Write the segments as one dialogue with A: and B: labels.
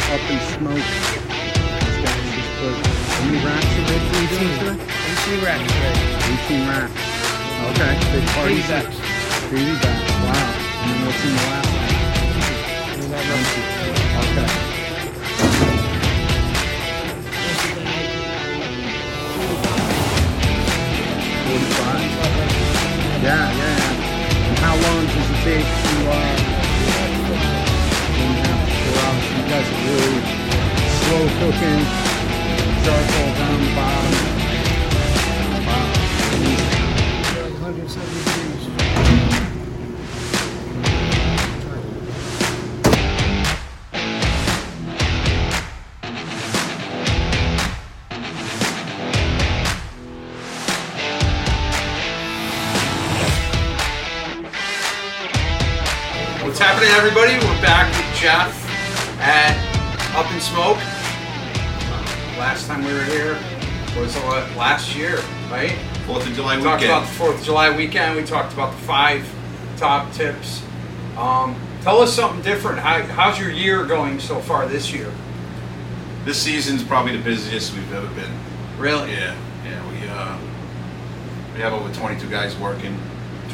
A: smoke. How many racks are there for you doing today?
B: Three racks, right?
A: 18 racks. Okay. Big party.
B: Three
A: set.
B: racks.
A: Three racks. Wow. And then what's in the last rack?
B: And that number-
A: Okay. Forty-five. Yeah, yeah. yeah. And how long does it take to uh? clean out? So, uh, You guys are really slow cooking. Charcoal down the bottom. Wow.
B: 170 degrees.
C: What's happening, everybody? We're back with Jeff at Up in Smoke. Uh, Last time we were here was a lot- last year, right?
D: Fourth of July
C: We talked about the
D: weekend.
C: Fourth of July weekend. We talked about the five top tips. Um, tell us something different. How, how's your year going so far this year?
D: This season's probably the busiest we've ever been.
C: Really?
D: Yeah, yeah. We uh, we have over 22 guys working.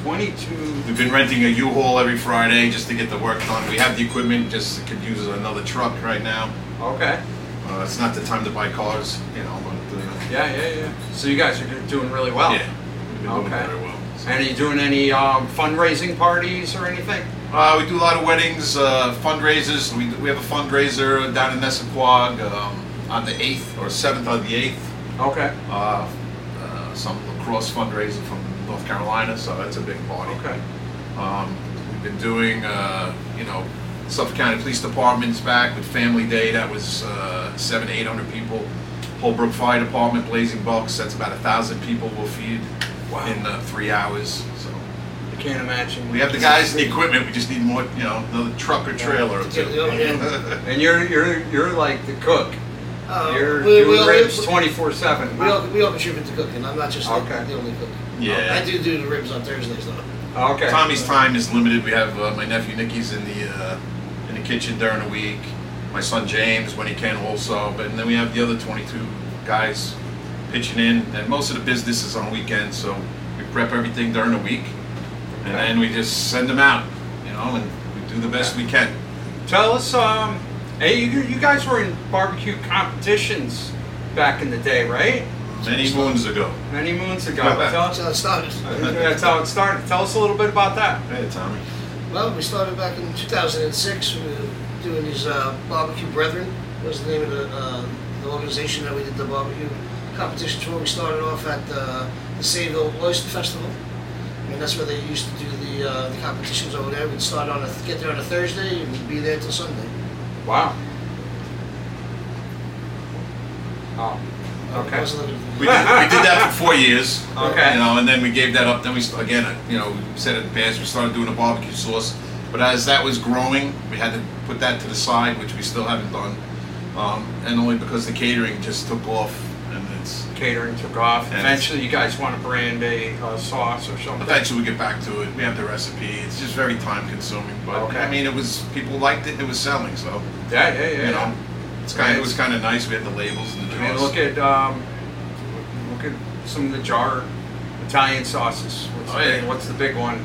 C: Twenty-two.
D: We've been renting a U-Haul every Friday just to get the work done. We have the equipment, just could use another truck right now.
C: Okay.
D: Uh, it's not the time to buy cars, you know. But, uh,
C: Yeah, yeah, yeah. So you guys are do- doing really well.
D: yeah, we've been doing
C: Oh. Okay.
D: very well. So-
C: And are you doing any um, fundraising parties or anything?
D: Uh, we do a lot of weddings, uh, fundraisers. We, we have a fundraiser down in Nessaquag um, on the 8th or 7th on the 8th.
C: Okay.
D: Uh, uh, some lacrosse fundraiser from North Carolina, so that's a big party.
C: Okay.
D: Um, we've been doing, uh, you know, Suffolk County Police Department's back with Family Day. That was uh, seven, eight hundred people. Holbrook Fire Department, Blazing Bucks. That's about a thousand people we'll feed
C: Wow.
D: in uh, three hours. So
C: I can't imagine.
D: we have the guys and the equipment. We just need more, you know, another truck or trailer or two.
B: Yeah, yeah.
C: And you're you're you're like the cook.
B: Uh,
C: You're
B: we-
C: doing
B: we-
C: ribs
B: we-
C: twenty four seven.
B: We all, we all contribute to cooking. I'm not just like,
C: Okay.
B: the only cook. Um,
D: Yeah.
B: I do do the ribs on Thursdays though.
C: Okay.
D: Tommy's time is limited. We have uh, my nephew Nicky's in the uh, in the kitchen during the week. My son James when he can also, but and then we have the other 22 guys pitching in. And most of the business is on weekends, so we prep everything during the week, and then we just send them out, you know, and we do the best we can.
C: Tell us, um, hey, you, you guys were in barbecue competitions back in the day, right?
D: Many moons ago.
C: Many moons ago. Tell us,
B: That's how it started.
C: that's how it started. Tell us a little bit about that.
D: Hey Tommy.
B: Well, we started back in 2006. We were doing these uh, barbecue brethren. Was the name of the, uh, the organization that we did the barbecue competition for. We started off at uh, the Sayville Oyster Festival, and that's where they used to do the uh, the competitions over there. We'd start on a get there on a Thursday and we'd be there till Sunday.
C: Wow. Oh,
B: That
C: okay.
B: was a little-
D: We did, we did that for four years.
C: Okay.
D: You know, and then we gave that up. Then we st- again, uh, you know, we said in the past we started doing a barbecue sauce, but as that was growing, we had to put that to the side, which we still haven't done, um, and only because the catering just took off, and it's
C: Catering took off.
D: And-
C: Eventually, you guys want to brand a, uh sauce or something.
D: eventually we get back to it. We have the recipe. It's just very time consuming, but
C: Okay.
D: I mean, it was people liked it. It was selling, so
C: Yeah, yeah, yeah.
D: you know, it's kind. It was kind of nice. We had the labels and the
C: I mean,
D: jars.
C: look at um, look at some of the jar Italian sauces. What's,
D: Oh,
C: the, big,
D: yeah.
C: what's the big one?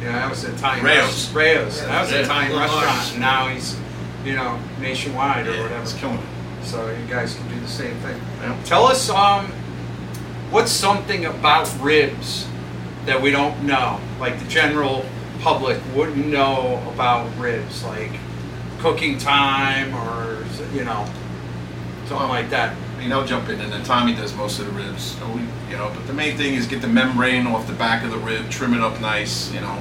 C: You know, that was an Italian
D: Rao's.
C: rest- Rao's.
B: Yeah,
C: that was an
D: yeah.
C: Italian
B: Little
C: restaurant.
B: Mars.
C: and Now he's you know nationwide or
D: yeah, it's
C: whatever.
D: killing it.
C: So you guys can do the same thing.
D: Yeah.
C: Tell us um, what's something about ribs that we don't know, like the general public wouldn't know about ribs, like cooking time or you know something like that.
D: I mean, I'll jump in, and then Tommy does most of the ribs. So we, you know, but the main thing is get the membrane off the back of the rib, trim it up nice. You know,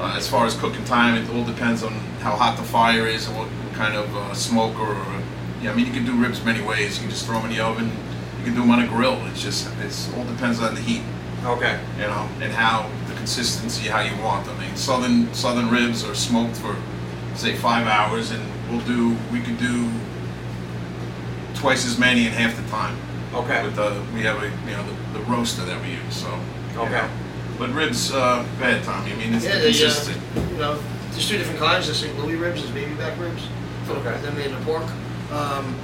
D: uh, as far as cooking time, it all depends on how hot the fire is and what kind of uh, smoke or. Yeah, I mean, you can do ribs many ways. You can just throw them in the oven. You can do them on a grill. It's just, it's all depends on the heat,
C: Okay.
D: you know, and how the consistency, how you want them. I mean, southern southern ribs are smoked for, say, five hours, and we'll do. We could do twice as many in half the time
C: Okay.
D: with the we have a you know the, the roaster that we use. So you
C: Okay.
D: know. But ribs, uh, bad Tommy. I mean, it's
B: Yeah,
D: yeah,
B: they,
D: consistent.
B: uh, you know, there's two different kinds. There's like Louis ribs, there's baby back ribs.
C: Okay.
B: They're made of pork. Uh, Um,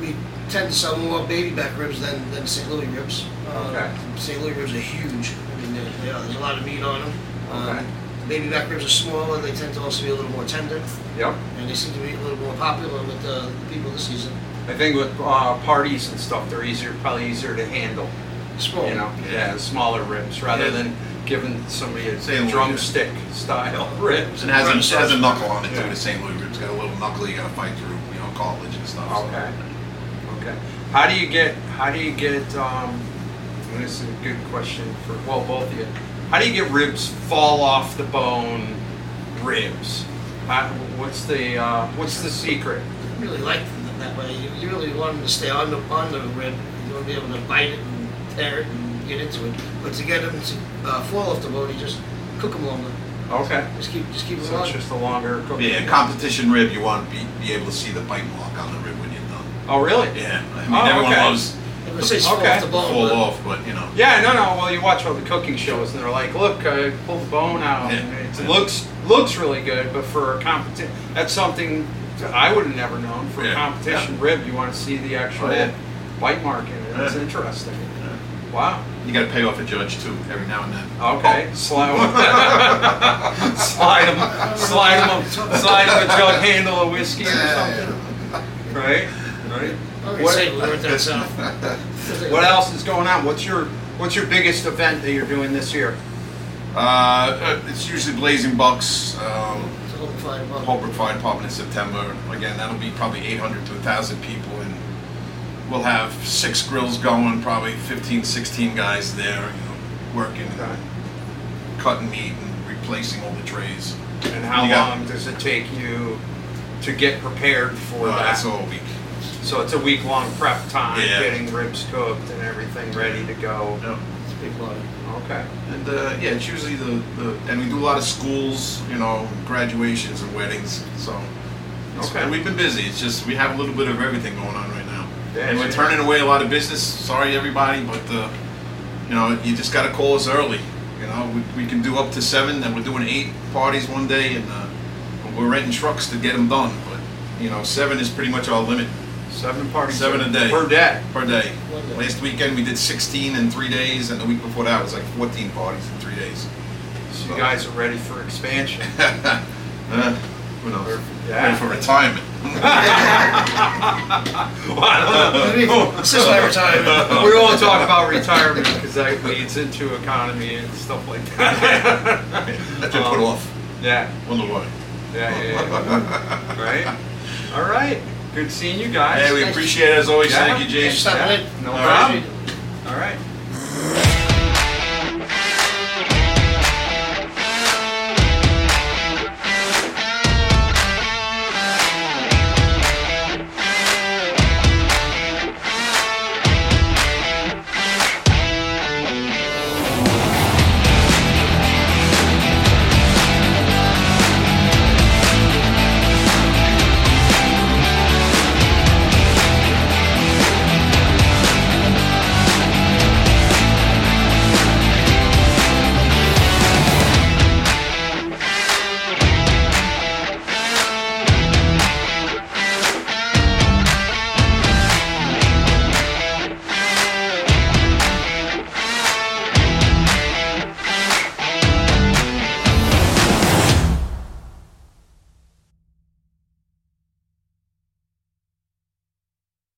B: we tend to sell more baby back ribs than, than St. Louis ribs. Uh,
C: Okay.
B: St. Louis ribs are huge. I mean, they, they are, there's a lot of meat on them. Um,
C: Okay.
B: baby back ribs are smaller. They tend to also be a little more tender,
C: Yep.
B: and they seem to be a little more popular with uh, the people this season.
C: I think with uh, parties and stuff, they're easier, probably easier to handle.
B: Small.
C: You know, yeah, smaller ribs rather
D: Oh, Yeah.
C: than giving somebody a
D: Say a little
C: drumstick style ribs.
D: And it has, a, it has a knuckle on it
C: Yeah.
D: too. The St. Louis ribs got a little knuckle you got to fight through, you know, college and stuff. so.
C: Okay. Okay. How do you get? How do you get? Um, and this is a good question for well, both of you. How do you get ribs fall off the bone? Ribs. How, what's the uh, What's the secret?
B: really like them that way. You, you really want them to stay on the on the rib. You want to be able to bite it and tear it and get into it. But to get them to uh, fall off the bone, you just cook them longer.
C: Okay.
B: Just keep just keep them
C: So
B: on.
C: it's just a longer cooking.
D: Yeah, competition rib, you want to be, be able to see the bite mark on the rib when you're done.
C: Oh, really?
D: Yeah, I mean,
C: Oh,
D: everyone
C: okay.
D: loves
B: I'm gonna say it's fall
C: Okay.
B: off the
D: the
B: bone.
D: fall
B: but
D: off, but you know.
C: Yeah, no, no. Well, you watch all the cooking shows, and they're like, "Look, I pulled the bone out.
D: Yeah.
C: and It looks looks really good, but for a competition, that's something that I would have never known. For a
D: Yeah.
C: competition rib, you want to see the actual
D: Oh, yeah.
C: bite mark in it. That's
D: Yeah.
C: interesting.
D: Yeah.
C: Wow.
D: You got to pay off a judge too every now and then.
C: Okay. Slide them. slide them. Slide them. Slide them a jug handle of whiskey or something. Right. Right.
B: I'm gonna
C: What-
B: say we weren't that south.
C: What else is going on? What's your What's your biggest event that you're doing this year?
D: Uh, uh, it's usually Blazing Bucks, um,
B: It's a whole fire bone.
D: Holbrook Fire Department in September. Again, that'll be probably 800 to 1,000 people, and we'll have six grills going, probably 15, 16 guys there, you know, working,
C: Okay.
D: cutting meat, and replacing all the trays.
C: And how
D: You got-
C: long does it take you to get prepared for
D: Uh,
C: that?
D: that's all week.
C: So it's a week long prep time,
D: Yeah.
C: getting ribs cooked and everything ready to go.
B: It's a big body.
C: Okay.
D: And uh, yeah, it's usually the, the and we do a lot of schools, you know, graduations and weddings. So it's-
C: Okay.
D: and we've been busy. It's just we have a little bit of everything going on right now,
C: Yeah,
D: and we're
C: sure.
D: turning away a lot of business. Sorry, everybody, but uh, you know, you just got to call us early. You know, we, we can do up to seven, and we're doing eight parties one day, and uh, we're renting trucks to get them done. But you know, seven is pretty much our limit
C: Seven parties.
D: Seven a day.
C: Per day.
D: per day.
B: One day.
D: Last weekend we did 16 in three days, and the week before that was like 14 parties in three days.
C: So you guys are ready for expansion.
D: Uh, who knows?
C: Yeah.
D: Ready for retirement.
C: Wow.
B: This is my retirement.
C: we won't talk about retirement because that leads into economy and stuff like that.
D: That's been put
C: Um,
D: off.
C: yeah.
D: Wonder why.
C: Yeah, yeah, yeah. right? All right. Good seeing you guys.
D: Hey, we appreciate it as always.
C: Yeah.
D: Thank you, James.
B: Stop
C: Yeah.
B: it.
C: No
D: All right.
C: problem. All right.